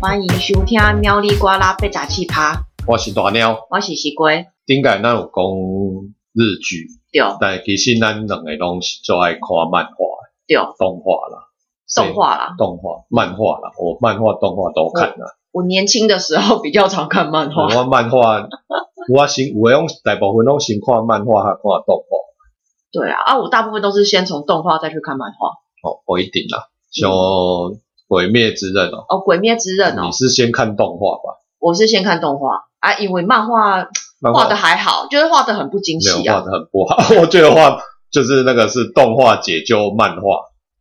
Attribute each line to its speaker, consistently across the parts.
Speaker 1: 欢迎收听《喵哩呱啦八十七趴》，
Speaker 2: 我是大猫。
Speaker 1: 我是西龟，
Speaker 2: 顶解咱有讲日剧，
Speaker 1: 对
Speaker 2: 但其实咱两个拢是最爱看漫画的、
Speaker 1: 对，
Speaker 2: 动画啦、
Speaker 1: 动画啦。
Speaker 2: 动画、漫画啦。我漫画、动画都看啦。
Speaker 1: 我年轻的时候比较常看漫画，
Speaker 2: 我漫画，我先有诶，拢大部分拢先看漫画，还看动画。
Speaker 1: 对啊，啊，我大部分都是先从动画再去看漫画。
Speaker 2: 哦，不一定啦。像《鬼灭之刃》哦，
Speaker 1: 哦，《鬼灭之刃》嗯哦
Speaker 2: 你，是先看动画吧？
Speaker 1: 我是先看动画啊，因为漫画
Speaker 2: 漫
Speaker 1: 画
Speaker 2: 画
Speaker 1: 的还好，就是画的很不精
Speaker 2: 没
Speaker 1: 细
Speaker 2: 有画
Speaker 1: 啊。
Speaker 2: 的很不好， 我觉得画就是那个是动画解救漫画，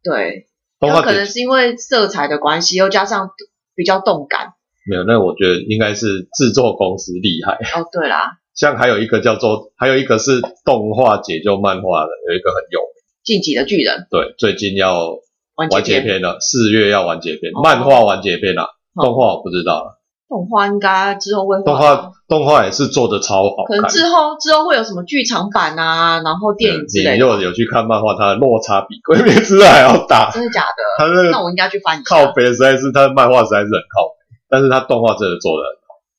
Speaker 1: 对，
Speaker 2: 动
Speaker 1: 有
Speaker 2: 画
Speaker 1: 可
Speaker 2: 解
Speaker 1: 能是因为色彩的关系，又加上比较动 感。
Speaker 2: 没有，那我觉得应该是制作公司厉害。
Speaker 1: 哦，对啦，
Speaker 2: 像还有一个叫做，还有一个是动画解救漫画的，有一个很有名，
Speaker 1: 晋级的巨人
Speaker 2: 对，最近要
Speaker 1: 完结
Speaker 2: 完结
Speaker 1: 篇，
Speaker 2: 篇了，四月要完结篇，
Speaker 1: 哦
Speaker 2: 漫画完结篇啦，
Speaker 1: 哦
Speaker 2: 动画我不知道了，
Speaker 1: 动画应该之后会画
Speaker 2: 动画动画也是做的超好
Speaker 1: 可能
Speaker 2: 看。
Speaker 1: 之后之后会有什么剧场版啊，然后电影之
Speaker 2: 嗯你
Speaker 1: 类的，
Speaker 2: 若有去看漫画，它的落差比《鬼灭之刃》还 要大，
Speaker 1: 真的假的？
Speaker 2: 它那
Speaker 1: 那
Speaker 2: 个
Speaker 1: 我应该去翻一
Speaker 2: 靠
Speaker 1: 下。
Speaker 2: 北实在是，它的漫画实在是很靠北，但是它动画真的做的，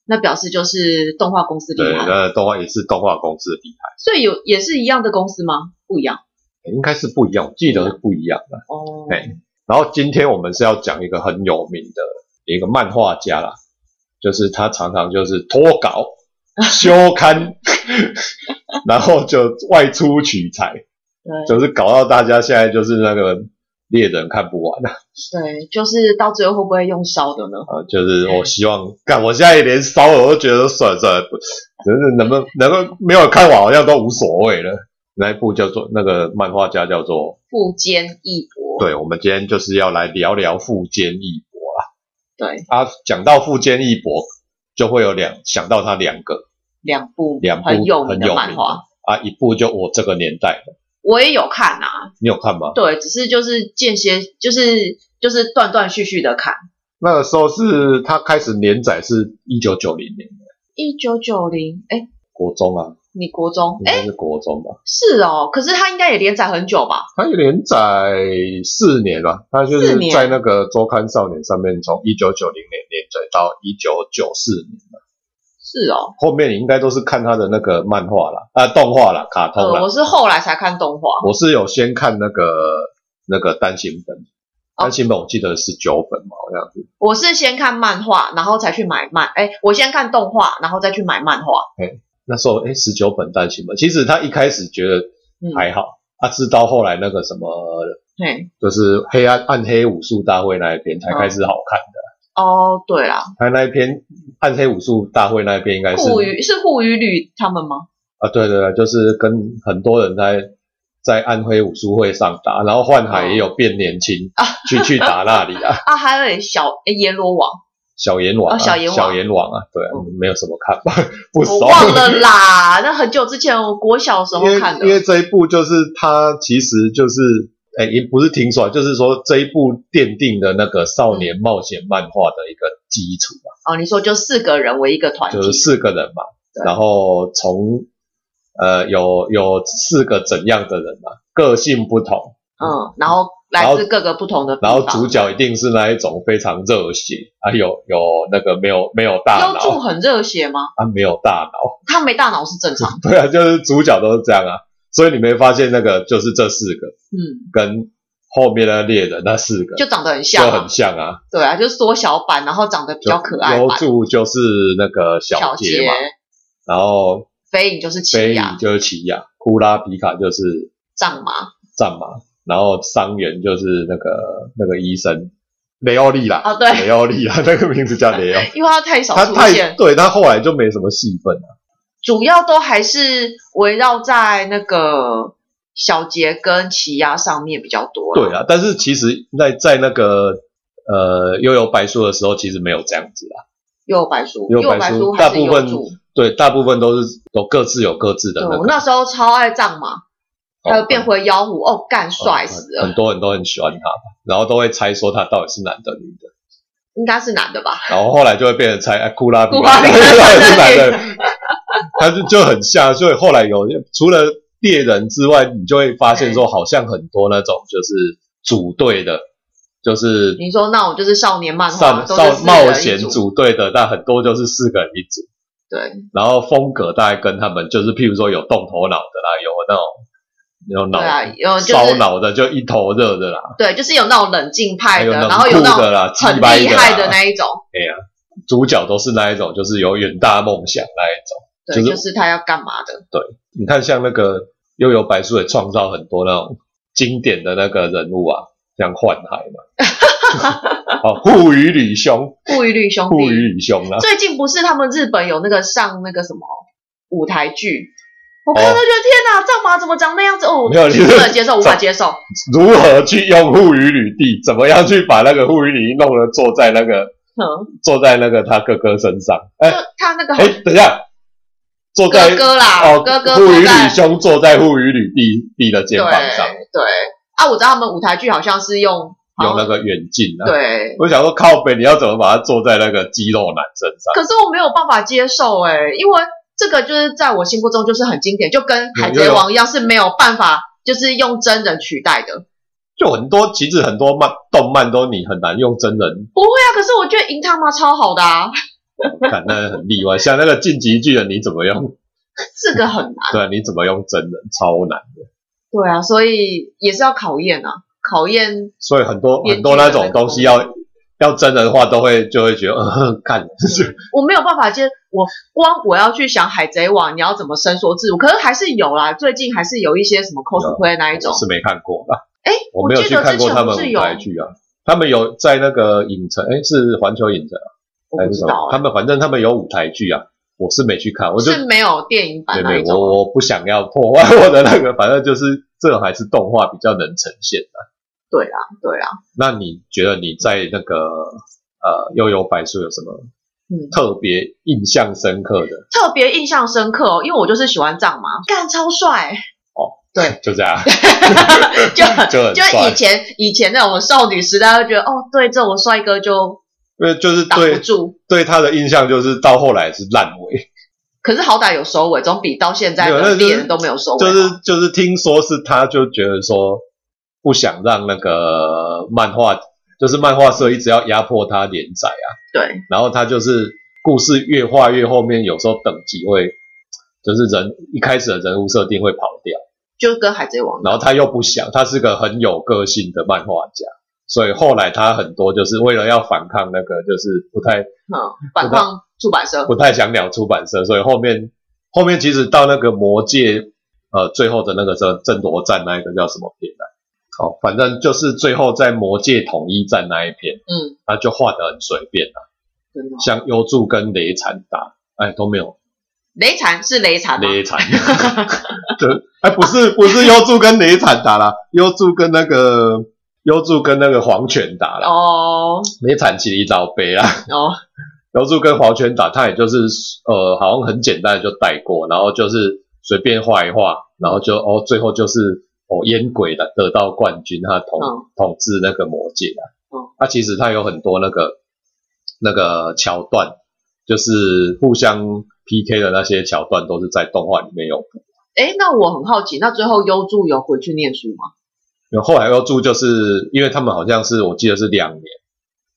Speaker 1: 那表示就是动画公司厉
Speaker 2: 对，
Speaker 1: 害，
Speaker 2: 那动画也是动画公司厉
Speaker 1: 所以有也是一样的公司吗？不一样
Speaker 2: 害，应该是不一样，我记得是不一样的。
Speaker 1: 哦。
Speaker 2: 嘿然后今天我们是要讲一个很有名的一个漫画家啦，就是他常常就是脱稿、休刊， 然后就外出取材，
Speaker 1: 对
Speaker 2: 就是搞到大家现在就是那个猎人看不完啊，
Speaker 1: 对，就是到最后会不会用烧的呢？
Speaker 2: 呃就是我希望干，我现在连烧我都觉得算了算了，不就是能不能能不能没有看完好像都无所谓了。那一部叫做那个漫画家叫做，
Speaker 1: 富坚义博，
Speaker 2: 对，我们今天就是要来聊聊富坚义博。
Speaker 1: 对，
Speaker 2: 啊，讲到富坚义博，就会有两想到他两个
Speaker 1: 两部
Speaker 2: 两部
Speaker 1: 很有名
Speaker 2: 很有名
Speaker 1: 的漫画，
Speaker 2: 啊，一部就我这个年代的，
Speaker 1: 我也有看啊。
Speaker 2: 你有看吗？
Speaker 1: 对，只是就是间歇，就是就是断断续续的看。
Speaker 2: 那个时候是他开始连载是一九九零年，
Speaker 1: 一九九零，哎，
Speaker 2: 国中啊，
Speaker 1: 你国中
Speaker 2: 应，
Speaker 1: 哎，
Speaker 2: 该是国中吧？
Speaker 1: 是哦，可是它应该也连载很久吧？
Speaker 2: 他连载四年吧，他就
Speaker 1: 四
Speaker 2: 是
Speaker 1: 年
Speaker 2: 在那个周刊少年上面从一九九零年连载到一九九四年，
Speaker 1: 是哦，
Speaker 2: 后面你应该都是看他的那个漫画啦，啊、动画啦，卡通
Speaker 1: 呃，
Speaker 2: 啦。
Speaker 1: 我是后来才看动画，
Speaker 2: 我是有先看那个那个单行本，
Speaker 1: 哦
Speaker 2: 单行本我记得是九本嘛，好像是。
Speaker 1: 我是先看漫画，然后才去买漫，哎，我先看动画，然后再去买漫画。
Speaker 2: 那时候哎，十九本单行本，其实他一开始觉得
Speaker 1: 嗯，
Speaker 2: 还好，他、直到后来那个什么，
Speaker 1: 嘿，
Speaker 2: 就是黑暗暗黑武术大会那一篇才开始好看的。
Speaker 1: 哦，对啦，
Speaker 2: 他那一篇暗黑武术大会那一篇应该是
Speaker 1: 护鱼是护鱼旅他们吗？
Speaker 2: 啊，对对对，就是跟很多人在在暗黑武术会上打，然后幻
Speaker 1: 哦
Speaker 2: 海也有变年轻、去去打那里啊，
Speaker 1: 啊，还有小哎阎罗王，
Speaker 2: 小阎王、啊
Speaker 1: 哦小阎王
Speaker 2: 小阎王啊，对啊，
Speaker 1: 嗯
Speaker 2: 没有什么看法， 不熟。
Speaker 1: 我忘了啦，那很久之前我国小时候
Speaker 2: 因为
Speaker 1: 看
Speaker 2: 因为
Speaker 1: 的。
Speaker 2: 这一部就是他其实就是哎、也不是听说啊，就是说这一部奠定了那个少年冒险漫画的一个基础吧，
Speaker 1: 哦，你说就四个人为一个团体，
Speaker 2: 就是四个人嘛，
Speaker 1: 对
Speaker 2: 然后从呃有有四个怎样的人嘛，啊个性不同，
Speaker 1: 嗯，然后来自各个不同的地
Speaker 2: 然
Speaker 1: 方，
Speaker 2: 后主角一定是那一种非常热血啊，有有那个没有没有大
Speaker 1: 优助
Speaker 2: 脑
Speaker 1: 很热血吗？
Speaker 2: 啊，没有大脑，
Speaker 1: 他没大脑是正常的，
Speaker 2: 对啊，就是主角都是这样啊，所以你没发现那个就是这四个
Speaker 1: 嗯，
Speaker 2: 跟后面的猎人那四个
Speaker 1: 就长得很像
Speaker 2: 就
Speaker 1: 啊
Speaker 2: 很，像啊，
Speaker 1: 对啊，就缩小版，然后长得比
Speaker 2: 就
Speaker 1: 较可爱
Speaker 2: 优
Speaker 1: 版，
Speaker 2: 助就是那个小
Speaker 1: 小
Speaker 2: 杰
Speaker 1: 杰
Speaker 2: 嘛，，然后
Speaker 1: 飞影就是奇啊
Speaker 2: 飞影
Speaker 1: 亚
Speaker 2: 就是奇亚，库拉皮卡就是
Speaker 1: 藏马，
Speaker 2: 战马，然后伤员就是那个那个医生雷欧利啦，
Speaker 1: 哦对
Speaker 2: 雷欧利啦， 那个名字叫雷欧，
Speaker 1: 因为他太少
Speaker 2: 他
Speaker 1: 出
Speaker 2: 太
Speaker 1: 现，
Speaker 2: 对他后来就没什么戏份啊了、
Speaker 1: 主要都还是围绕在那个小杰跟奇亚上面比较多。
Speaker 2: 对，啊，但是其实在在那个呃悠悠白书的时候，其实没有这样子啦，
Speaker 1: 右白书，
Speaker 2: 右白
Speaker 1: 白
Speaker 2: 书
Speaker 1: 书
Speaker 2: 大
Speaker 1: 还是
Speaker 2: 部
Speaker 1: 有
Speaker 2: 分
Speaker 1: 主。
Speaker 2: 对，大部分都是都各自有各自的
Speaker 1: 对，
Speaker 2: 那
Speaker 1: 我
Speaker 2: 个，
Speaker 1: 那时候超爱藏马，还有变
Speaker 2: 哦
Speaker 1: 回妖狐，哦，干帅
Speaker 2: 嗯
Speaker 1: 死
Speaker 2: 很
Speaker 1: 了，
Speaker 2: 多人都很喜欢他嘛，然后都会猜说他到底是男的女的，
Speaker 1: 应该是男的吧？
Speaker 2: 然后后来就会变成猜哎库拉比
Speaker 1: 库拉 比
Speaker 2: 到底是男的，他就就很像，所以后来有除了猎人之外，你就会发现说好像很多那种就是组队的，就是
Speaker 1: 你说那我就是少年漫画，
Speaker 2: 少
Speaker 1: 都是
Speaker 2: 少
Speaker 1: 四个人
Speaker 2: 冒
Speaker 1: 一
Speaker 2: 险
Speaker 1: 组，
Speaker 2: 组队的，但很多就是四个人一组，
Speaker 1: 对，
Speaker 2: 然后风格大概跟他们就是，譬如说有动头脑的啦，有那种有脑、
Speaker 1: 对啊，有就
Speaker 2: 烧
Speaker 1: 是
Speaker 2: 脑的，就一头热的啦，
Speaker 1: 对，就是有那种冷静
Speaker 2: 还
Speaker 1: 派
Speaker 2: 有
Speaker 1: 的，
Speaker 2: 那
Speaker 1: 然
Speaker 2: 种
Speaker 1: 后有那
Speaker 2: 酷的啊
Speaker 1: 种
Speaker 2: 啦，
Speaker 1: 很
Speaker 2: 鸡掰
Speaker 1: 厉害的
Speaker 2: 啦
Speaker 1: 那一种，
Speaker 2: 主角都是那一种，就是有远大梦想那一种。
Speaker 1: 对，
Speaker 2: 就
Speaker 1: 就
Speaker 2: 是
Speaker 1: 是他要干嘛的，
Speaker 2: 你看，像那个悠悠白书也创造很多那种经典的那个人物啊，像幻海嘛， 哦，护与吕兄，
Speaker 1: 《护与律兄弟
Speaker 2: 护》与吕兄 啊啦、
Speaker 1: 最近不是他们日本有那个上那个什么舞台剧，我看到就觉得天哪，战马怎么长那样子？哦，我
Speaker 2: 哦 没有你是
Speaker 1: 不能接受，无法
Speaker 2: 长
Speaker 1: 接 受。
Speaker 2: 如何去用护与吕地，怎么样去把那个护与吕弄得坐在那个
Speaker 1: 嗯，
Speaker 2: 坐在那个他哥哥身上？哎、
Speaker 1: 就他那个
Speaker 2: 哎、等一下，坐在
Speaker 1: 哥哥啦，
Speaker 2: 哦，
Speaker 1: 哥哥
Speaker 2: 护与
Speaker 1: 坐
Speaker 2: 吕
Speaker 1: 在
Speaker 2: 兄坐在护与吕地地的肩膀上，
Speaker 1: 对对啊，我知道他们舞台剧好像是用
Speaker 2: 有
Speaker 1: 好
Speaker 2: 那
Speaker 1: 像
Speaker 2: 个远近啊。
Speaker 1: 对，
Speaker 2: 我想说靠北，你要怎么把它坐在那个肌肉男身上？
Speaker 1: 可是我没有办法接受哎、因为这个就是在我心目中就是很经典，就跟海贼王一样是没有办法就是用真人取代的。
Speaker 2: 就很多，其实很多漫动漫都你很难用真人
Speaker 1: 不会啊，可是我觉得银他妈超好的啊，
Speaker 2: 看，那很例外。像那个晋级巨人，你怎么
Speaker 1: 啊
Speaker 2: 用？
Speaker 1: 这个很难。
Speaker 2: 对啊，你怎么用真人？超难。
Speaker 1: 对啊，所以也是要考验啊，考 验
Speaker 2: 所以很多
Speaker 1: 编剧
Speaker 2: 很多那种东西要要真人化，都会就会觉得，呃、看
Speaker 1: 我没有办法接，我光我要去想海贼王你要怎么伸缩自如，可是还是有啦，最近还是有一些什么 cosplay 那一种
Speaker 2: 我，是没看过啦。
Speaker 1: 哎，
Speaker 2: 我没有
Speaker 1: 记
Speaker 2: 去
Speaker 1: 得
Speaker 2: 看
Speaker 1: 之
Speaker 2: 过
Speaker 1: 前
Speaker 2: 他
Speaker 1: 不
Speaker 2: 们
Speaker 1: 是
Speaker 2: 舞
Speaker 1: 有，
Speaker 2: 台剧啊。他们有在那个影城，哎，是环球影城啊
Speaker 1: 我
Speaker 2: 还
Speaker 1: 不
Speaker 2: 是
Speaker 1: 知
Speaker 2: 什
Speaker 1: 道
Speaker 2: 么？
Speaker 1: 啊、
Speaker 2: 他们反正他们有舞台剧啊，我是没去看，我就是
Speaker 1: 没有电影版
Speaker 2: 对
Speaker 1: 那
Speaker 2: 对
Speaker 1: 一，种，
Speaker 2: 我我不想要破坏我的那个，反正就是这种还是动画比较能呈现。
Speaker 1: 对啦，对啊啦，
Speaker 2: 那你觉得你在那个呃悠悠白书有什么
Speaker 1: 嗯
Speaker 2: 特别印象深刻的？
Speaker 1: 特别印象深刻哦，因为我就是喜欢藏马，干超帅， 对，
Speaker 2: 就这样，
Speaker 1: 就
Speaker 2: 就很
Speaker 1: 就
Speaker 2: 帅
Speaker 1: 以，前以前那种少女时代会觉得哦，对这种帅哥就
Speaker 2: 因为就是
Speaker 1: 挡不
Speaker 2: 对
Speaker 1: 住，
Speaker 2: 对他的印象就是到后来是烂尾，
Speaker 1: 可是好歹有收尾，总比到现在
Speaker 2: 没有那
Speaker 1: 的
Speaker 2: 就是
Speaker 1: 猎人都没有收尾好，
Speaker 2: 就是就是听说是他就觉得说不想让那个漫画，就是漫画社一直要压迫他连载啊，
Speaker 1: 对
Speaker 2: 然后他就是故事越画越后面，有时候等级会就是人一开始的人物设定会跑掉。
Speaker 1: 就跟海贼王一样
Speaker 2: 然后他又不想，他是个很有个性的漫画家，所以后来他很多就是为了要反抗那个，就是不太
Speaker 1: 嗯，反抗出版社，
Speaker 2: 不太想鸟出版社，所以后面后面其实到那个魔界，呃，最后的那个时候争夺战那一个叫什么片来？哦，反正就是最后在魔界统一战那一篇，
Speaker 1: 嗯，
Speaker 2: 他就画的很随便啊，
Speaker 1: 真的哦。
Speaker 2: 像优助跟雷禅打，哎都没有
Speaker 1: 雷惨是雷 惨吗？
Speaker 2: 雷禅，对，哎不是不是优助跟雷禅打啦，优助跟那个优助跟那个黄泉打啦，
Speaker 1: 哦
Speaker 2: 没产期一招杯啦。
Speaker 1: 哦，
Speaker 2: 姚柱跟黄泉打，他也就是呃，好像很简单的就带过，然后就是随便画一画，然后就哦，最后就是哦，烟鬼的得到冠军，他统、
Speaker 1: 嗯
Speaker 2: 统治那个魔界啊。
Speaker 1: 嗯
Speaker 2: 他、其实他有很多那个那个桥段，就是互相 PK 的那些桥段，都是在动画里面有。
Speaker 1: 哎，那我很好奇，那最后优助有回去念书吗？
Speaker 2: 因为后来要住，就是因为他们好像是我记得是两年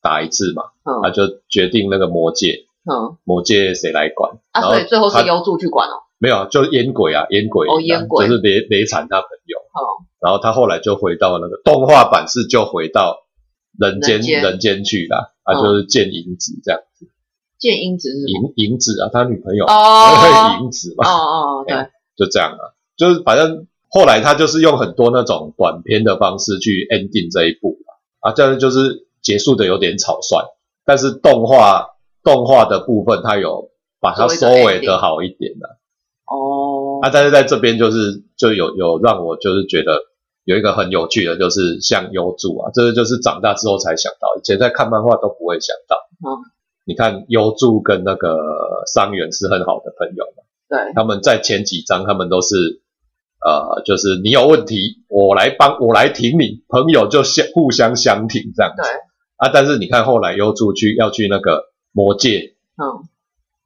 Speaker 2: 打一次嘛，
Speaker 1: 嗯
Speaker 2: 他就决定那个魔界
Speaker 1: 嗯，
Speaker 2: 魔界谁来管。
Speaker 1: 啊，
Speaker 2: 然后
Speaker 1: 所以最后
Speaker 2: 他
Speaker 1: 是优助去管哦。
Speaker 2: 没有啊，就是烟鬼啊，烟鬼
Speaker 1: 哦烟鬼
Speaker 2: 就是雷雷惨他朋友。
Speaker 1: 哦
Speaker 2: 然后他后来就回到那个动画版是就回到人间
Speaker 1: 人间
Speaker 2: 人间去啦，啊，
Speaker 1: 哦
Speaker 2: 就是见银子这样，
Speaker 1: 见英子是什么？
Speaker 2: 银银子啊，他女朋友
Speaker 1: 哦
Speaker 2: 银子
Speaker 1: 哦
Speaker 2: 嘛，
Speaker 1: 哦， 对，
Speaker 2: 就这样啊，就是反正后来他就是用很多那种短篇的方式去 ending 这一部啊，这样就是结束的有点草率，但是动画动画的部分他有把它
Speaker 1: 做一
Speaker 2: 收
Speaker 1: 个
Speaker 2: 尾
Speaker 1: ending
Speaker 2: 的好一点的。啊
Speaker 1: 哦
Speaker 2: 啊，但是在这边就是就有有让我就是觉得有一个很有趣的，就是像优助啊，这个就是长大之后才想到，以前在看漫画都不会想到。
Speaker 1: 嗯，
Speaker 2: 你看优助跟那个伤员是很好的朋友嘛，
Speaker 1: 对，
Speaker 2: 他们在前几章他们都是呃，就是你有问题我来帮我来挺你，朋友就相互相相挺这样子。
Speaker 1: 对
Speaker 2: 啊，但是你看后来优助去要去那个魔界
Speaker 1: 嗯，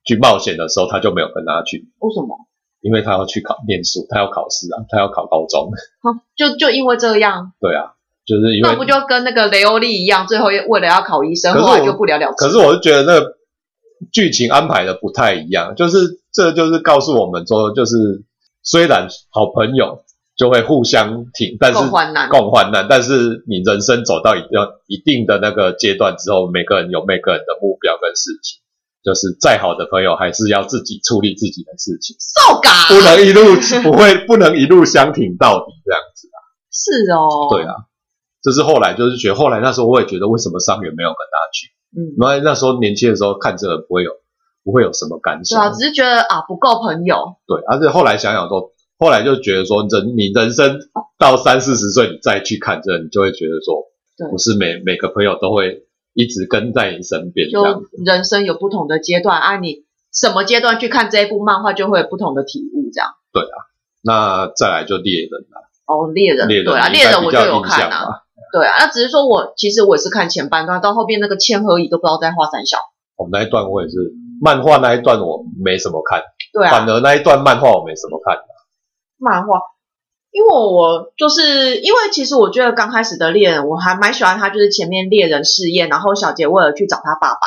Speaker 2: 去冒险的时候，他就没有跟他去。
Speaker 1: 为什么？
Speaker 2: 因为他要去考念书，他要考试啊，他要考高中，
Speaker 1: 哼就就因为这样，
Speaker 2: 对啊，就是因为
Speaker 1: 那不就跟那个雷欧利一样，最后为了要考医生，
Speaker 2: 可是
Speaker 1: 后来
Speaker 2: 我
Speaker 1: 就不了了之。
Speaker 2: 可是我是觉得那个剧情安排的不太一样，就是这就是告诉我们说，就是虽然好朋友就会互相挺，但是
Speaker 1: 共患难
Speaker 2: 共患难，但是你人生走到一定一定的那个阶段之后，每个人有每个人的目标跟事情，就是再好的朋友还是要自己处理自己的事情，
Speaker 1: 受啊嘎，
Speaker 2: 不能 一路不会不能一路相挺到底这样子啊，
Speaker 1: 是哦，
Speaker 2: 对啊。这是后来就是觉得，后来那时候我也觉得，为什么伤员没有跟他去？
Speaker 1: 嗯，
Speaker 2: 那那时候年轻的时候看这个不会有不会有什么感
Speaker 1: 对
Speaker 2: 想，
Speaker 1: 啊，只是觉得啊不够朋友，
Speaker 2: 对，而且后来想想说，后来就觉得说人你人生到三四十岁你再去看这个，你就会觉得
Speaker 1: 对
Speaker 2: 说，不是每每个朋友都会一直跟在你身边这样
Speaker 1: 就
Speaker 2: 子，
Speaker 1: 人生有不同的阶段啊，你什么阶段去看这一部漫画，就会有不同的体悟，这样。
Speaker 2: 那再来就猎人了，
Speaker 1: 哦，猎人，
Speaker 2: 猎人
Speaker 1: 对啊，
Speaker 2: 你
Speaker 1: 猎
Speaker 2: 应该
Speaker 1: 人我
Speaker 2: 比
Speaker 1: 就
Speaker 2: 较
Speaker 1: 有
Speaker 2: 印象
Speaker 1: 看啊，
Speaker 2: 吧。
Speaker 1: 对啊，那只是说我其实我也是看前半段，到后面那个千和乙都不知道在画三小，
Speaker 2: 哦，那一段我也是漫画那一段我没什么看，
Speaker 1: 对啊，
Speaker 2: 反而那一段漫画我没什么看。
Speaker 1: 漫画。因为我就是因为其实我觉得刚开始的猎人我还蛮喜欢他，就是前面猎人试验，然后小杰为了去找他爸爸，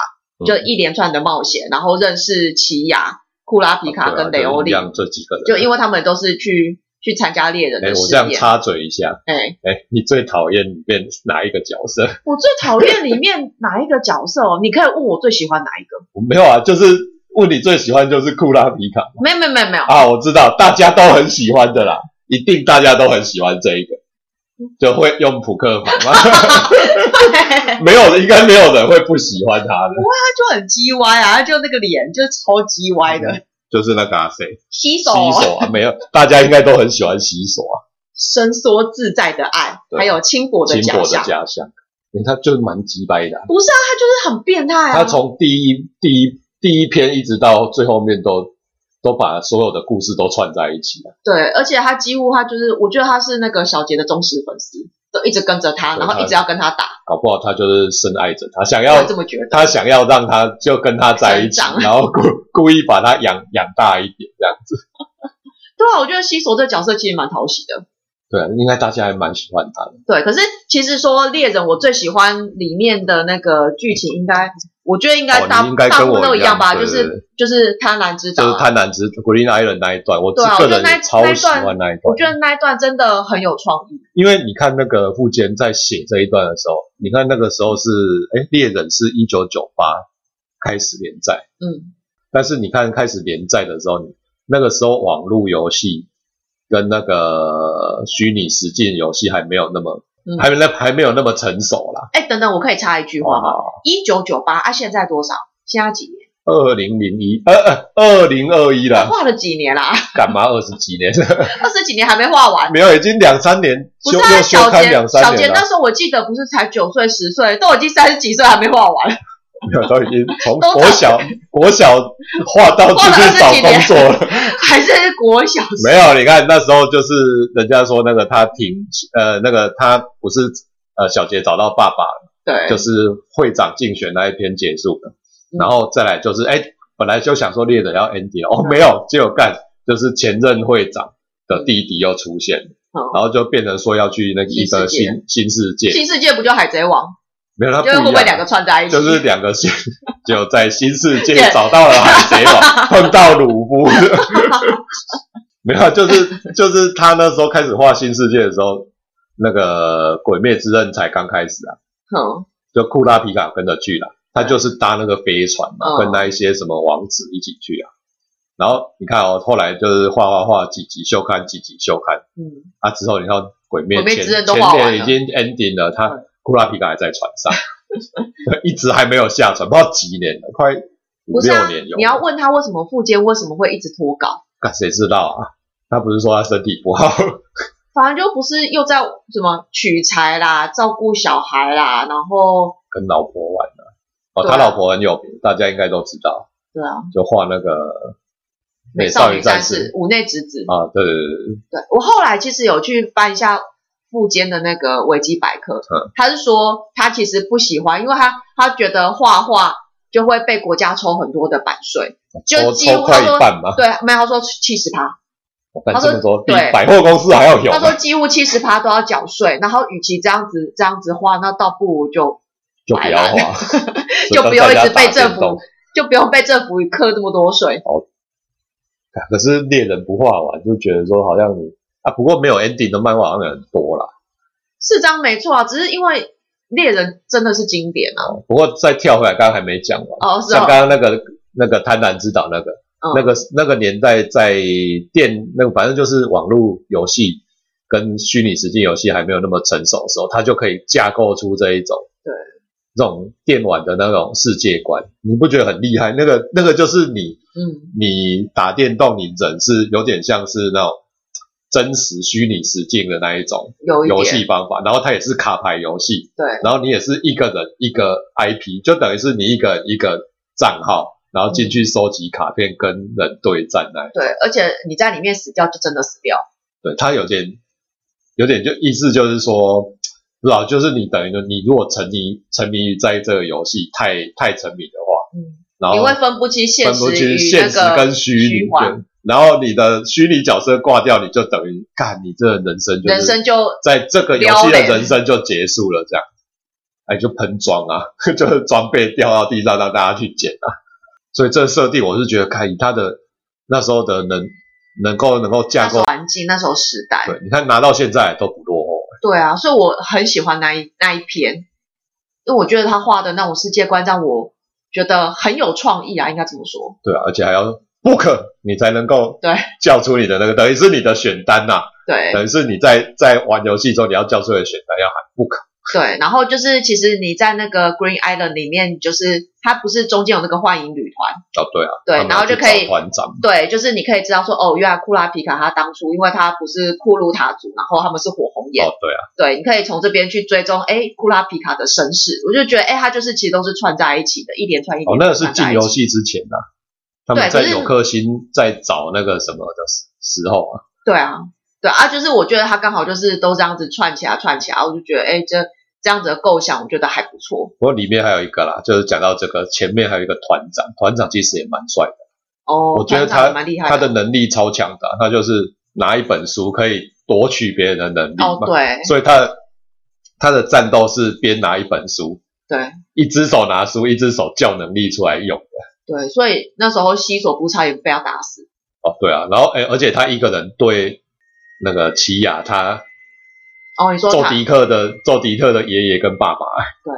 Speaker 2: 嗯
Speaker 1: 就一连串的冒险，然后认识奇亚、库拉皮卡
Speaker 2: 对啊
Speaker 1: 跟雷欧
Speaker 2: 就一
Speaker 1: 利，
Speaker 2: 样这几个人，啊
Speaker 1: 就因为他们都是去去参加猎人
Speaker 2: 哎，
Speaker 1: 的
Speaker 2: 我
Speaker 1: 试
Speaker 2: 这样
Speaker 1: 验。
Speaker 2: 插嘴一下，
Speaker 1: 哎、
Speaker 2: 哎，你最讨厌里面哪一个角色？
Speaker 1: 我最讨厌里面哪一个角色哦？你可以问我最喜欢哪一个？
Speaker 2: 我没有啊，就是问你最喜欢就是库拉皮卡
Speaker 1: 没有没有没有没有，
Speaker 2: 啊，我知道大家都很喜欢的啦，一定大家都很喜欢这一个，就会用扑克牌 嘛，
Speaker 1: 他
Speaker 2: 没有，应该没有人会不喜欢他的，
Speaker 1: 就很叽歪啊，他就那个脸就是超叽歪的，
Speaker 2: 就是那个啊谁，
Speaker 1: 洗手
Speaker 2: 洗手啊，没有，大家应该都很喜欢洗手啊，
Speaker 1: 伸缩自在的爱，
Speaker 2: 对
Speaker 1: 还有轻薄的
Speaker 2: 金
Speaker 1: 假
Speaker 2: 箔的
Speaker 1: 象，
Speaker 2: 家乡，诶他就是蛮鸡掰的啊、
Speaker 1: 不是啊，他就是很变态
Speaker 2: 他
Speaker 1: 啊。
Speaker 2: 从第一第一第一篇一直到最后面都都把所有的故事都串在一起啊了、
Speaker 1: 对，而且他几乎他就是，我觉得他是那个小杰的忠实粉丝，都一直跟着他，
Speaker 2: 对
Speaker 1: 然后一直要跟他打，
Speaker 2: 搞不好他就是深爱着他，想
Speaker 1: 我
Speaker 2: 要
Speaker 1: 也这么觉得。
Speaker 2: 他想要让他就跟他在一起
Speaker 1: 成，长
Speaker 2: 然后故故意把他养养大一点这样子。
Speaker 1: 对啊，我觉得西索这角色其实蛮讨喜的。
Speaker 2: 对啊，应该大家还蛮喜欢他的。
Speaker 1: 对，可是其实说猎人，我最喜欢里面的那个剧情，应该我觉得应该
Speaker 2: 哦
Speaker 1: 大、
Speaker 2: 你应该
Speaker 1: 大
Speaker 2: 跟
Speaker 1: 部
Speaker 2: 我
Speaker 1: 分都
Speaker 2: 一
Speaker 1: 样
Speaker 2: 样
Speaker 1: 吧，
Speaker 2: 对
Speaker 1: 就
Speaker 2: 对
Speaker 1: 是就是贪婪之岛
Speaker 2: 就是
Speaker 1: 啊、
Speaker 2: 贪婪之 Green Island 那一段，我
Speaker 1: 对啊
Speaker 2: 个
Speaker 1: 我觉得
Speaker 2: 人
Speaker 1: 那
Speaker 2: 也超喜欢那一
Speaker 1: 我觉
Speaker 2: 段，
Speaker 1: 得那一段真的很有创意。
Speaker 2: 因为你看那个富坚在写这一段的时候，你看那个时候是哎猎人是一九九八开始连载，
Speaker 1: 嗯，
Speaker 2: 但是你看开始连载的时候，你那个时候网络游戏跟那个虚拟实境游戏还没有那么、
Speaker 1: 嗯
Speaker 2: 还没那还没有那么成熟啦。
Speaker 1: 哎，等等，我可以插一句话吗？一九九八啊，现在多少？现在几年？
Speaker 2: 二零零一，呃呃，二零二一啦，
Speaker 1: 画了几年啦？
Speaker 2: 干嘛二十几年？
Speaker 1: 二十几年还没画完。
Speaker 2: 没有，已经两三年
Speaker 1: 不是
Speaker 2: 休又
Speaker 1: 啊，
Speaker 2: 休
Speaker 1: 小
Speaker 2: 刊
Speaker 1: 杰
Speaker 2: 两，
Speaker 1: 小
Speaker 2: 三
Speaker 1: 杰
Speaker 2: 年了
Speaker 1: 那，时候我记得不是才九岁十岁，都已经三十几岁还没画完，
Speaker 2: 没有，都已经从
Speaker 1: 都
Speaker 2: 国小国小画到
Speaker 1: 画
Speaker 2: 出
Speaker 1: 了
Speaker 2: 去找
Speaker 1: 20几
Speaker 2: 工
Speaker 1: 年
Speaker 2: 作了。
Speaker 1: 还是国小生。
Speaker 2: 没有，你看那时候就是人家说那个他停，呃，那个他不是呃小杰找到爸爸了，
Speaker 1: 对，
Speaker 2: 就是会长竞选那一篇结束了，
Speaker 1: 嗯
Speaker 2: 然后再来就是哎，本来就想说猎人要 ending 了
Speaker 1: 嗯
Speaker 2: 哦，没有，结果干就是前任会长的弟弟又出现了。
Speaker 1: 嗯
Speaker 2: 然后就变成说要去那个一个
Speaker 1: 新世界
Speaker 2: 新新世界，
Speaker 1: 新世界不就海贼王？
Speaker 2: 没有它不
Speaker 1: 就会
Speaker 2: 一
Speaker 1: 不会
Speaker 2: 样
Speaker 1: 两个
Speaker 2: 啊，
Speaker 1: 串在一起？
Speaker 2: 就是两个新， 就在新世界
Speaker 1: 对
Speaker 2: 找到了海贼 王，碰到鲁夫， 没有，就是就是他那时候开始画新世界的时候，那个鬼灭之刃才刚开始啊，
Speaker 1: 嗯，
Speaker 2: 就库拉皮卡跟着去了，他就是搭那个飞船嘛，
Speaker 1: 嗯
Speaker 2: 跟那一些什么王子一起去啊。然后你看哦，后来就是画画画几集休刊，几集休刊，
Speaker 1: 嗯，
Speaker 2: 啊，之后你看《鬼灭》
Speaker 1: 鬼灭
Speaker 2: 前
Speaker 1: 之刃都
Speaker 2: 前
Speaker 1: 画完了
Speaker 2: 年已经 ending 了，他
Speaker 1: 嗯
Speaker 2: 库拉皮卡还在船上， 对一直还没有下船，不知道几年了，快五
Speaker 1: 不是
Speaker 2: 六
Speaker 1: 啊
Speaker 2: 年有。，
Speaker 1: 你要问他为什么复健为什么会一直脱稿，
Speaker 2: 看谁知道啊？他不是说他身体不好，
Speaker 1: 反正就不是又在什么取材啦、照顾小孩啦，然后
Speaker 2: 跟老婆玩了、哦，
Speaker 1: 对啊
Speaker 2: 他老婆很有名，大家应该都知道，
Speaker 1: 对啊，
Speaker 2: 就画那个
Speaker 1: 美
Speaker 2: 少
Speaker 1: 少
Speaker 2: 女
Speaker 1: 女
Speaker 2: 战
Speaker 1: 战士、五内直子。
Speaker 2: 啊，对对对对，
Speaker 1: 对我后来其实有去翻一下富坚的那个维基百科
Speaker 2: 嗯，
Speaker 1: 他是说他其实不喜欢，因为他他觉得画画就会被国家抽很多的版税，就
Speaker 2: 抽
Speaker 1: 几
Speaker 2: 哦抽
Speaker 1: 乎
Speaker 2: 快
Speaker 1: 他
Speaker 2: 一
Speaker 1: 说
Speaker 2: 半嘛，
Speaker 1: 对，没有他说七十趴，
Speaker 2: 我敢这么说，比
Speaker 1: 他说对
Speaker 2: 百货公司还要有
Speaker 1: 他。说几乎七十趴都要缴税，然后与其这样子这样子花，那倒不如就
Speaker 2: 就不要花，
Speaker 1: 就不用一直被政
Speaker 2: 正
Speaker 1: 府就不用被政府课这么多税。
Speaker 2: 可是猎人不画完，就觉得说好像你啊，不过没有 ending 的漫画好像很多啦。
Speaker 1: 是这样没错啊，只是因为猎人真的是经典啊。
Speaker 2: 不过再跳回来，刚刚还没讲完，
Speaker 1: 哦，是
Speaker 2: 像
Speaker 1: 哦，
Speaker 2: 刚刚那个那个贪婪之岛那个、
Speaker 1: 嗯
Speaker 2: 那个那个年代，在电那个反正就是网络游戏跟虚拟实境游戏还没有那么成熟的时候，它就可以架构出这一种
Speaker 1: 对
Speaker 2: 这种电玩的那种世界观，你不觉得很厉害？那个那个就是你
Speaker 1: 嗯，
Speaker 2: 你打电动，你人是有点像是那种真实虚拟实境的那一种
Speaker 1: 有一
Speaker 2: 游
Speaker 1: 点
Speaker 2: 戏方法，然后它也是卡牌游戏，
Speaker 1: 对，
Speaker 2: 然后你也是一个人一个 IP，就等于是你一个人一个账号，然后进去收集卡片跟人对战那一
Speaker 1: 对，而且你在里面死掉就真的死掉。
Speaker 2: 对，它有点有点就意思就是说，不知道，就是你等于说你如果沉迷沉迷于在这个游戏太太沉迷的话，
Speaker 1: 嗯，
Speaker 2: 然
Speaker 1: 你
Speaker 2: 后
Speaker 1: 会分不清现
Speaker 2: 哦分
Speaker 1: 实
Speaker 2: 不清
Speaker 1: 与
Speaker 2: 现
Speaker 1: 那
Speaker 2: 实
Speaker 1: 个
Speaker 2: 跟虚拟
Speaker 1: 虚幻
Speaker 2: 对，然后你的虚拟角色挂掉，你就等于干你这人生就是
Speaker 1: 人生就
Speaker 2: 在这个游戏
Speaker 1: 撩
Speaker 2: 的
Speaker 1: 嘞
Speaker 2: 人生就结束了，这样，哎，就喷装啊， 就是装备掉到地上让大家去捡啊。所以这个设定我是觉得，看以他的那时候的能能够能够
Speaker 1: 那
Speaker 2: 架
Speaker 1: 时候
Speaker 2: 构，
Speaker 1: 环境那时候时代，
Speaker 2: 对，你看拿到现在都不落后。
Speaker 1: 对啊，所以我很喜欢那一那一篇，因为我觉得他画的那种世界观让我觉得很有创意啊，应该这么说。
Speaker 2: 对啊，而且还要 book 你才能够
Speaker 1: 对
Speaker 2: 叫出你的那个，等于是你的选单呐、啊
Speaker 1: 对
Speaker 2: 等于是你在在玩游戏之后你要叫出来的选单要喊 book，
Speaker 1: 对，然后就是其实你在那个 Green Island 里面，就是它不是中间有那个幻影旅团，
Speaker 2: 哦对啊，
Speaker 1: 对
Speaker 2: 他们
Speaker 1: 然后
Speaker 2: 要去
Speaker 1: 就可以
Speaker 2: 找团长，
Speaker 1: 对，就是你可以知道说哦，原来库拉皮卡他当初因为他不是库鲁塔族，然后他们是火红眼，
Speaker 2: 哦对啊，
Speaker 1: 对，你可以从这边去追踪哎库拉皮卡的身世，我就觉得哎他就是其实都是串在一起的，一连串一
Speaker 2: 哦
Speaker 1: 连串
Speaker 2: 那个是
Speaker 1: 串在
Speaker 2: 进
Speaker 1: 一
Speaker 2: 游
Speaker 1: 起。
Speaker 2: 戏之前呐、他们
Speaker 1: 对
Speaker 2: 在
Speaker 1: 可是
Speaker 2: 有颗星在找那个什么的时时候啊，
Speaker 1: 对啊，对啊，就是我觉得他刚好就是都这样子串起来串起来，我就觉得哎这这样子的构想我觉得还不错
Speaker 2: 不过里面还有一个啦，就是讲到这个前面还有一个团长，团长其实也蛮帅的，
Speaker 1: 哦，
Speaker 2: 我觉得
Speaker 1: 团长
Speaker 2: 他
Speaker 1: 也蛮厉害
Speaker 2: 他的能力超强的啊，他就是拿一本书可以夺取别人的能力
Speaker 1: 哦
Speaker 2: 嘛，
Speaker 1: 对
Speaker 2: 所以他的他的战斗是边拿一本书，
Speaker 1: 对，
Speaker 2: 一只手拿书，一只手叫能力出来用。
Speaker 1: 对，所以那时候西索不差点被他打死。
Speaker 2: 哦，对啊，然后哎，而且他一个人对那个奇亚，他
Speaker 1: 哦，你说
Speaker 2: 宙
Speaker 1: 他
Speaker 2: 迪克的宙迪克的爷爷跟爸爸，
Speaker 1: 对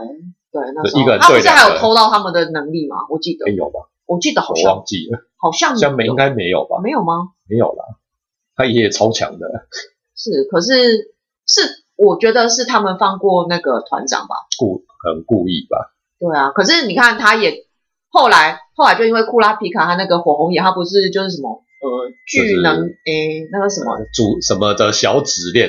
Speaker 1: 对，那时候
Speaker 2: 一个人
Speaker 1: 他不
Speaker 2: 对
Speaker 1: 是
Speaker 2: 两
Speaker 1: 还
Speaker 2: 个
Speaker 1: 有
Speaker 2: 人
Speaker 1: 偷到他们的能力吗？我记得
Speaker 2: 哎，有吧？
Speaker 1: 我记得好
Speaker 2: 我
Speaker 1: 像
Speaker 2: 忘记了，
Speaker 1: 好像
Speaker 2: 好像没应该没有吧？
Speaker 1: 没有吗？
Speaker 2: 没有啦，他爷爷超强的。
Speaker 1: 是，可是是我觉得是他们放过那个团长吧？
Speaker 2: 故可能故意吧。
Speaker 1: 对啊，可是你看他也后来后来就因为库拉皮卡他那个火红眼，他不是就是什么呃
Speaker 2: 就是
Speaker 1: 巨能诶、那个什么
Speaker 2: 主什么的小指链，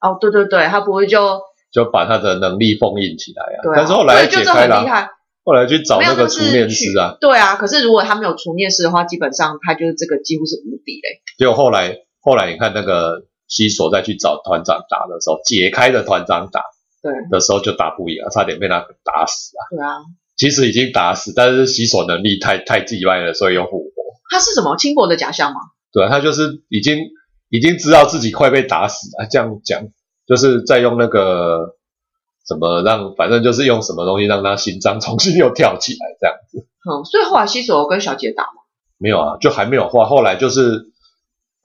Speaker 2: 呃
Speaker 1: 哦对对对，他不会就
Speaker 2: 就把他的能力封印起来啊。
Speaker 1: 对啊，
Speaker 2: 但是后来
Speaker 1: 对
Speaker 2: 解
Speaker 1: 就这
Speaker 2: 开
Speaker 1: 很
Speaker 2: 了
Speaker 1: 厉
Speaker 2: 啊，
Speaker 1: 害。
Speaker 2: 后来去找
Speaker 1: 没有
Speaker 2: 那个
Speaker 1: 就
Speaker 2: 除
Speaker 1: 是
Speaker 2: 面
Speaker 1: 去
Speaker 2: 师啊，
Speaker 1: 对啊，可是如果他没有除念师的话，基本上他就是这个几乎是无敌嘞。
Speaker 2: 结果后来后来你看那个西索再去找团长打的时候，解开的团长打
Speaker 1: 对
Speaker 2: 的时候就打不赢啊了，差点被他打死啊。
Speaker 1: 对啊，
Speaker 2: 其实已经打死，但是西索能力太太鸡歪了，所以又复活。
Speaker 1: 他是什么轻薄的假象吗？
Speaker 2: 对啊，他就是已经已经知道自己快被打死了。这样讲，就是在用那个什么让，反正就是用什么东西让他心脏重新又跳起来，这样子。
Speaker 1: 嗯，所以后来西索有跟小杰打嘛，
Speaker 2: 没有啊，就还没有画。后来就是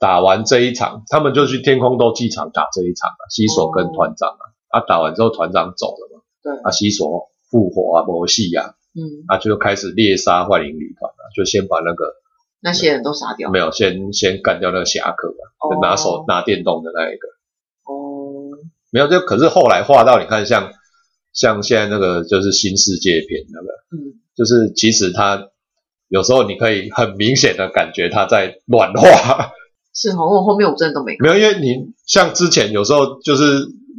Speaker 2: 打完这一场，他们就去天空斗技场打这一场啊，西索跟团长啊，啊打完之后团长走了嘛，
Speaker 1: 对
Speaker 2: 啊西索复活啊，魔系啊，
Speaker 1: 嗯，
Speaker 2: 啊就开始猎杀幻影旅团啊，就先把那个
Speaker 1: 那些人都杀掉，
Speaker 2: 没有先先干掉那个侠客啊，就拿手拿电动的那一个。
Speaker 1: 哦，
Speaker 2: 没有，就可是后来画到你看像像现在那个就是新世界篇那个，
Speaker 1: 嗯，
Speaker 2: 就是其实他有时候你可以很明显的感觉他在乱画，
Speaker 1: 是哦，我后面我真的都没看，
Speaker 2: 没有，因为你像之前有时候就是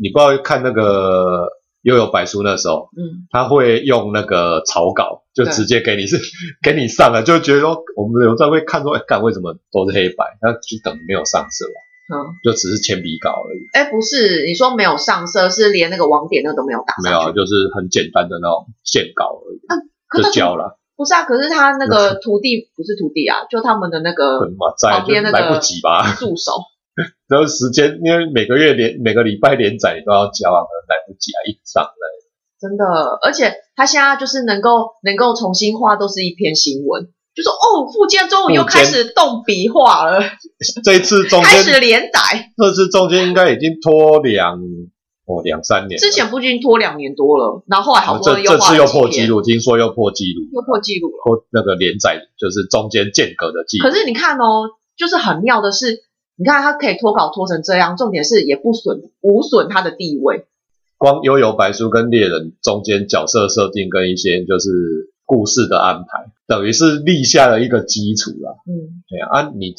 Speaker 2: 你不知道看那个悠悠白书那时候，
Speaker 1: 嗯，
Speaker 2: 他会用那个草稿就
Speaker 1: 对
Speaker 2: 直接给你是 给你上了，就觉得说我们有时候会看说，哎，干为什么都是黑白，那就等于没有上色吧，
Speaker 1: 嗯，
Speaker 2: 就只是铅笔稿而已，
Speaker 1: 哎，不是，你说没有上色，是连那个网点那个都没有打上
Speaker 2: 没有，啊
Speaker 1: 去，
Speaker 2: 就是很简单的那种线稿而已。
Speaker 1: 可
Speaker 2: 就是交了。
Speaker 1: 不是啊，可是他那个徒弟不是徒弟啊，就他们的那个
Speaker 2: 嘛，在
Speaker 1: 旁
Speaker 2: 就
Speaker 1: 边那个
Speaker 2: 来不及吧？
Speaker 1: 助手，
Speaker 2: 然后时间，因为每个月连每个礼拜连载都要交啊，可能来不及啊，一上来
Speaker 1: 真的，而且他现在就是能够能够重新画，都是一篇新闻，就说哦，富坚终于又
Speaker 2: 富
Speaker 1: 开
Speaker 2: 坚
Speaker 1: 始动笔画了，
Speaker 2: 这一次中
Speaker 1: 开始
Speaker 2: 间，
Speaker 1: 连载。
Speaker 2: 这次中间应该已经拖两哦两三年了，
Speaker 1: 之前不仅拖两年多了，然后后来好
Speaker 2: 啊
Speaker 1: 不容
Speaker 2: 这
Speaker 1: 易又
Speaker 2: 这
Speaker 1: 画
Speaker 2: 次
Speaker 1: 了
Speaker 2: 又
Speaker 1: 几
Speaker 2: 破
Speaker 1: 篇
Speaker 2: 纪，录，听说又破纪录，
Speaker 1: 又破纪录了。
Speaker 2: 破那个连载就是中间间隔的纪录
Speaker 1: 可，是你看哦，就是很妙的是，你看他可以脱稿脱成这样，重点是也不损无损他的地位。
Speaker 2: 光《幽游白书》跟《猎人》中间角色设定跟一些就是故事的安排，等于是立下了一个基础啦。
Speaker 1: 嗯，
Speaker 2: 对啊，啊你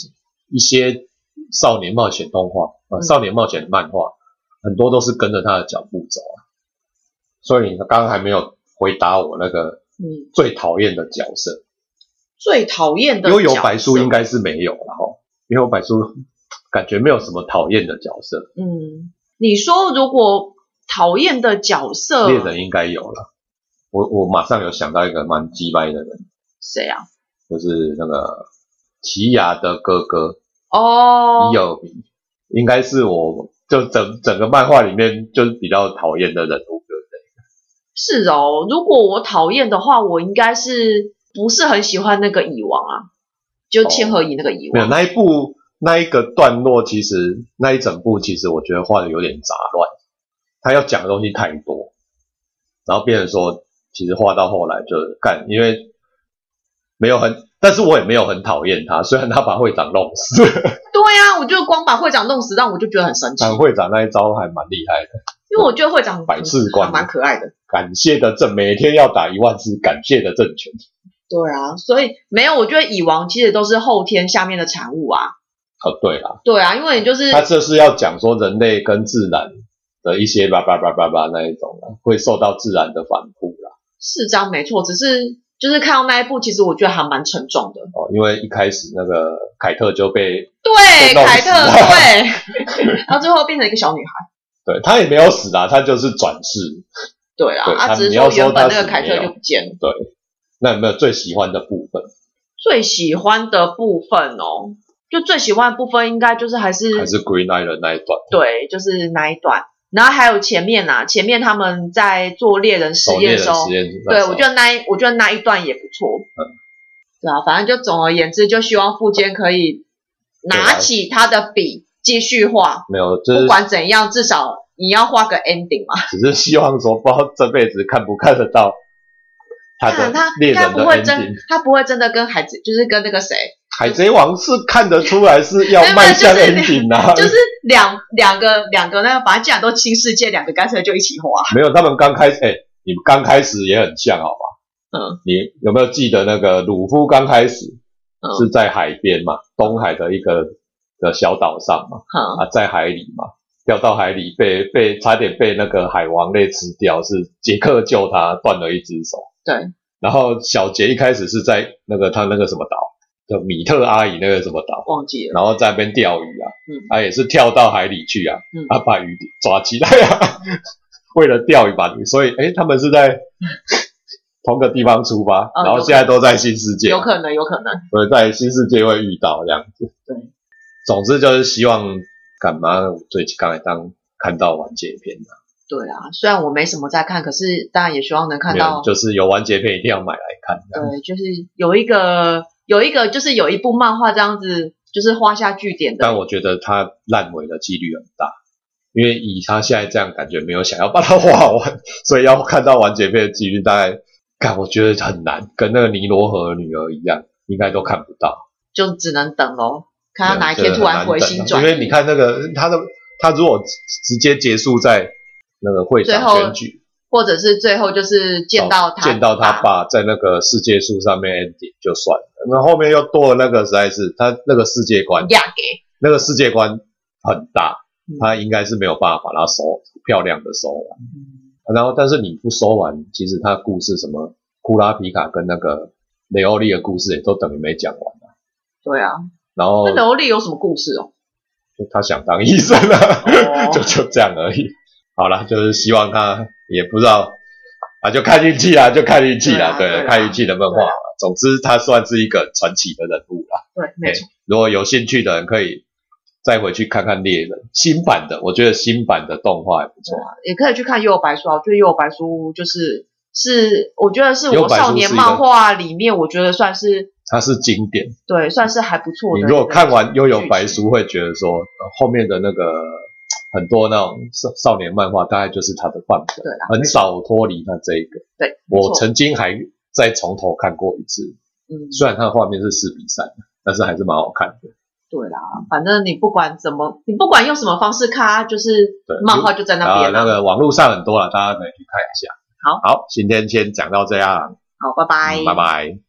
Speaker 2: 一些少年冒险动画
Speaker 1: 嗯
Speaker 2: 啊、呃少年冒险漫画，很多都是跟着他的脚步走啊。所以你刚刚还没有回答我那个
Speaker 1: 嗯
Speaker 2: 最讨厌的角色，
Speaker 1: 最讨厌的
Speaker 2: 《幽游
Speaker 1: 角
Speaker 2: 白书》
Speaker 1: 色
Speaker 2: 应该是没有了哈，《幽游白书》感觉没有什么讨厌的角色，
Speaker 1: 嗯，你说如果讨厌的角色，
Speaker 2: 猎人应该有了。我我马上有想到一个蛮鸡掰的人。
Speaker 1: 谁啊？
Speaker 2: 就是那个奇亚的哥哥
Speaker 1: 哦
Speaker 2: 伊，尔比，应该是我就整整个漫画里面就是比较讨厌的人物，对不对？
Speaker 1: 是哦。如果我讨厌的话，我应该是不是很喜欢那个蚁王啊？就千和蚁那个蚁
Speaker 2: 哦没有
Speaker 1: 王，
Speaker 2: 那一部那一个段落，其实那一整部其实我觉得画的有点杂乱，他要讲的东西太多，然后变成说其实画到后来就干，因为没有很，但是我也没有很讨厌他，虽然他把会长弄死，
Speaker 1: 对呀、啊，我就光把会长弄死，让我就觉得很生气，
Speaker 2: 但会长那一招还蛮厉害的。
Speaker 1: 因为我觉得会长
Speaker 2: 百事观
Speaker 1: 还蛮可爱的。
Speaker 2: 感谢的政，每天要打一万次感谢的政权。
Speaker 1: 对啊，所以没有，我觉得蚁王其实都是后天下面的产物啊。
Speaker 2: 哦，对啦，
Speaker 1: 对啊，因为你就是
Speaker 2: 他这是要讲说人类跟自然的一些叭叭叭叭叭那一种啦，会受到自然的反扑啦。
Speaker 1: 是这样没错，只是就是看到那一部，其实我觉得还蛮沉重的。
Speaker 2: 哦，因为一开始那个凯特就被，
Speaker 1: 对，
Speaker 2: 被弄死
Speaker 1: 凯特
Speaker 2: 了
Speaker 1: 对， 然后最后变成一个小女孩。
Speaker 2: 对他也没有死啊啦，他就是转世。
Speaker 1: 对啊，
Speaker 2: 对
Speaker 1: 啊，
Speaker 2: 他
Speaker 1: 只是
Speaker 2: 你要
Speaker 1: 说
Speaker 2: 说
Speaker 1: 原本
Speaker 2: 他
Speaker 1: 那个
Speaker 2: 是
Speaker 1: 凯
Speaker 2: 没
Speaker 1: 特
Speaker 2: 有
Speaker 1: 就不见了。
Speaker 2: 那有没有最喜欢的部分？
Speaker 1: 最喜欢的部分哦，就最喜欢的部分应该就是还是
Speaker 2: 还是 Green Island 那一段？
Speaker 1: 对，就是那一段，然后还有前面呐、啊，前面他们在做猎人实
Speaker 2: 狩哦猎
Speaker 1: 验的
Speaker 2: 人
Speaker 1: 时候，
Speaker 2: 实验室那
Speaker 1: 对
Speaker 2: 时候嗯
Speaker 1: 我觉得那一我觉得那一段也不错。对啊，反正就总而言之，就希望富坚可以
Speaker 2: 对
Speaker 1: 拿
Speaker 2: 啊
Speaker 1: 起他的笔继续画，
Speaker 2: 没有，就
Speaker 1: 不
Speaker 2: 是
Speaker 1: 管怎样，至少你要画个 ending 嘛。
Speaker 2: 只是希望说，不知道这辈子看不看得 到他
Speaker 1: 看
Speaker 2: 的
Speaker 1: 他
Speaker 2: 猎
Speaker 1: 应该
Speaker 2: 人的
Speaker 1: 不会真
Speaker 2: ending。，
Speaker 1: 他不会真的跟孩子，就是跟那个谁，
Speaker 2: 海贼王是看得出来是 要
Speaker 1: 没有没有
Speaker 2: 迈向
Speaker 1: 就是
Speaker 2: ending 啊，
Speaker 1: 就是两两个两个那个，反正既然都新世界，两个干脆就一起画。
Speaker 2: 没有，他们刚开始，哎、你们刚开始也很像，好吧？
Speaker 1: 嗯，
Speaker 2: 你有没有记得那个鲁夫刚开始
Speaker 1: 嗯
Speaker 2: 是在海边嘛，东海的一个的小岛上嘛，
Speaker 1: 哼，
Speaker 2: 啊，在海里嘛，掉到海里被被差点被那个海王类吃掉，是杰克救他断了一只手。
Speaker 1: 对，
Speaker 2: 然后小杰一开始是在那个他那个什么岛，叫米特阿姨那个什么岛，
Speaker 1: 忘记了。
Speaker 2: 然后在那边钓鱼啊，
Speaker 1: 嗯
Speaker 2: 他、也是跳到海里去啊，
Speaker 1: 嗯
Speaker 2: 他、把鱼抓起来啊， 为了钓鱼把鱼，所以哎，他们 是在同个地方出发，
Speaker 1: 嗯
Speaker 2: 然后现在都在新世界，
Speaker 1: 有可能，有可能，
Speaker 2: 所以在新世界会遇到这样子。
Speaker 1: 对，
Speaker 2: 总之就是希望干嘛？我最近刚才当看到完结篇的、
Speaker 1: 对啊。虽然我没什么在看，可是当然也希望能看
Speaker 2: 没有
Speaker 1: 到，
Speaker 2: 就是有完结篇一定要买啊来看。
Speaker 1: 对，就是有一个有一个就是有一部漫画这样子，就是画下句点
Speaker 2: 但
Speaker 1: 的。
Speaker 2: 我觉得它烂尾的几率很大，因为以他现在这样，感觉没有想要把它画完，所以要看到完结篇的几率大概，看我觉得很难，跟那个尼罗河女儿一样，应该都看不到。
Speaker 1: 就只能等咯，看他哪一
Speaker 2: 对
Speaker 1: 天突然回心转意。
Speaker 2: 啊因为你看那个他的，他如果直直接结束在那个会
Speaker 1: 最
Speaker 2: 长
Speaker 1: 后
Speaker 2: 选举，哦
Speaker 1: 或者是最后就是见到他，
Speaker 2: 见到他，爸在那个世界树上面 ending 就算了，那后面又多了那个，实在是他那个世界观
Speaker 1: 压给，
Speaker 2: 那个世界观很大
Speaker 1: 嗯，
Speaker 2: 他应该是没有办法把它收漂亮的收完。然后，但是你不收完，其实他故事什么库拉皮卡跟那个雷欧利的故事也都等于没讲完。
Speaker 1: 对啊，
Speaker 2: 然后
Speaker 1: 那楼丽有什么故事哦？
Speaker 2: 就他想当医生啊，
Speaker 1: 哦
Speaker 2: 就就这样而已。好啦，就是希望他也不知道啊，就看运气啦，就看运气啦，
Speaker 1: 对啊对啊
Speaker 2: 看运气能不能画完。总之他算是一个传奇的人物啦。
Speaker 1: 对，没错，
Speaker 2: 如果有兴趣的人可以再回去看看猎人新版的，我觉得新版的动画也不错。
Speaker 1: 也可以去看《幽游白书》啊。我觉得《幽游白书》就是是，我觉得是
Speaker 2: 幽游
Speaker 1: 我
Speaker 2: 白书
Speaker 1: 少年
Speaker 2: 是一个
Speaker 1: 漫画里面，我觉得算是
Speaker 2: 它是经典，
Speaker 1: 对，算是还不错
Speaker 2: 你
Speaker 1: 的。
Speaker 2: 如果看完《幽游白，书》，会觉得说呃后面的那个很多那种少少年漫画，大概就是他的范本
Speaker 1: 对啦，
Speaker 2: 很少脱离他这一个。
Speaker 1: 对，没错
Speaker 2: 呃我曾经还再从头看过一次，
Speaker 1: 嗯，
Speaker 2: 虽然它的画面是四比三，但是还是蛮好看的。
Speaker 1: 对啦，反正你不管怎么，你不管用什么方式看，它就是
Speaker 2: 对
Speaker 1: 漫画就在那
Speaker 2: 啊，
Speaker 1: 边
Speaker 2: 那
Speaker 1: 了。
Speaker 2: 个网络上很多了，大家可以去看一下。好，好，今天先讲到这样，
Speaker 1: 好，拜拜，
Speaker 2: 嗯拜拜。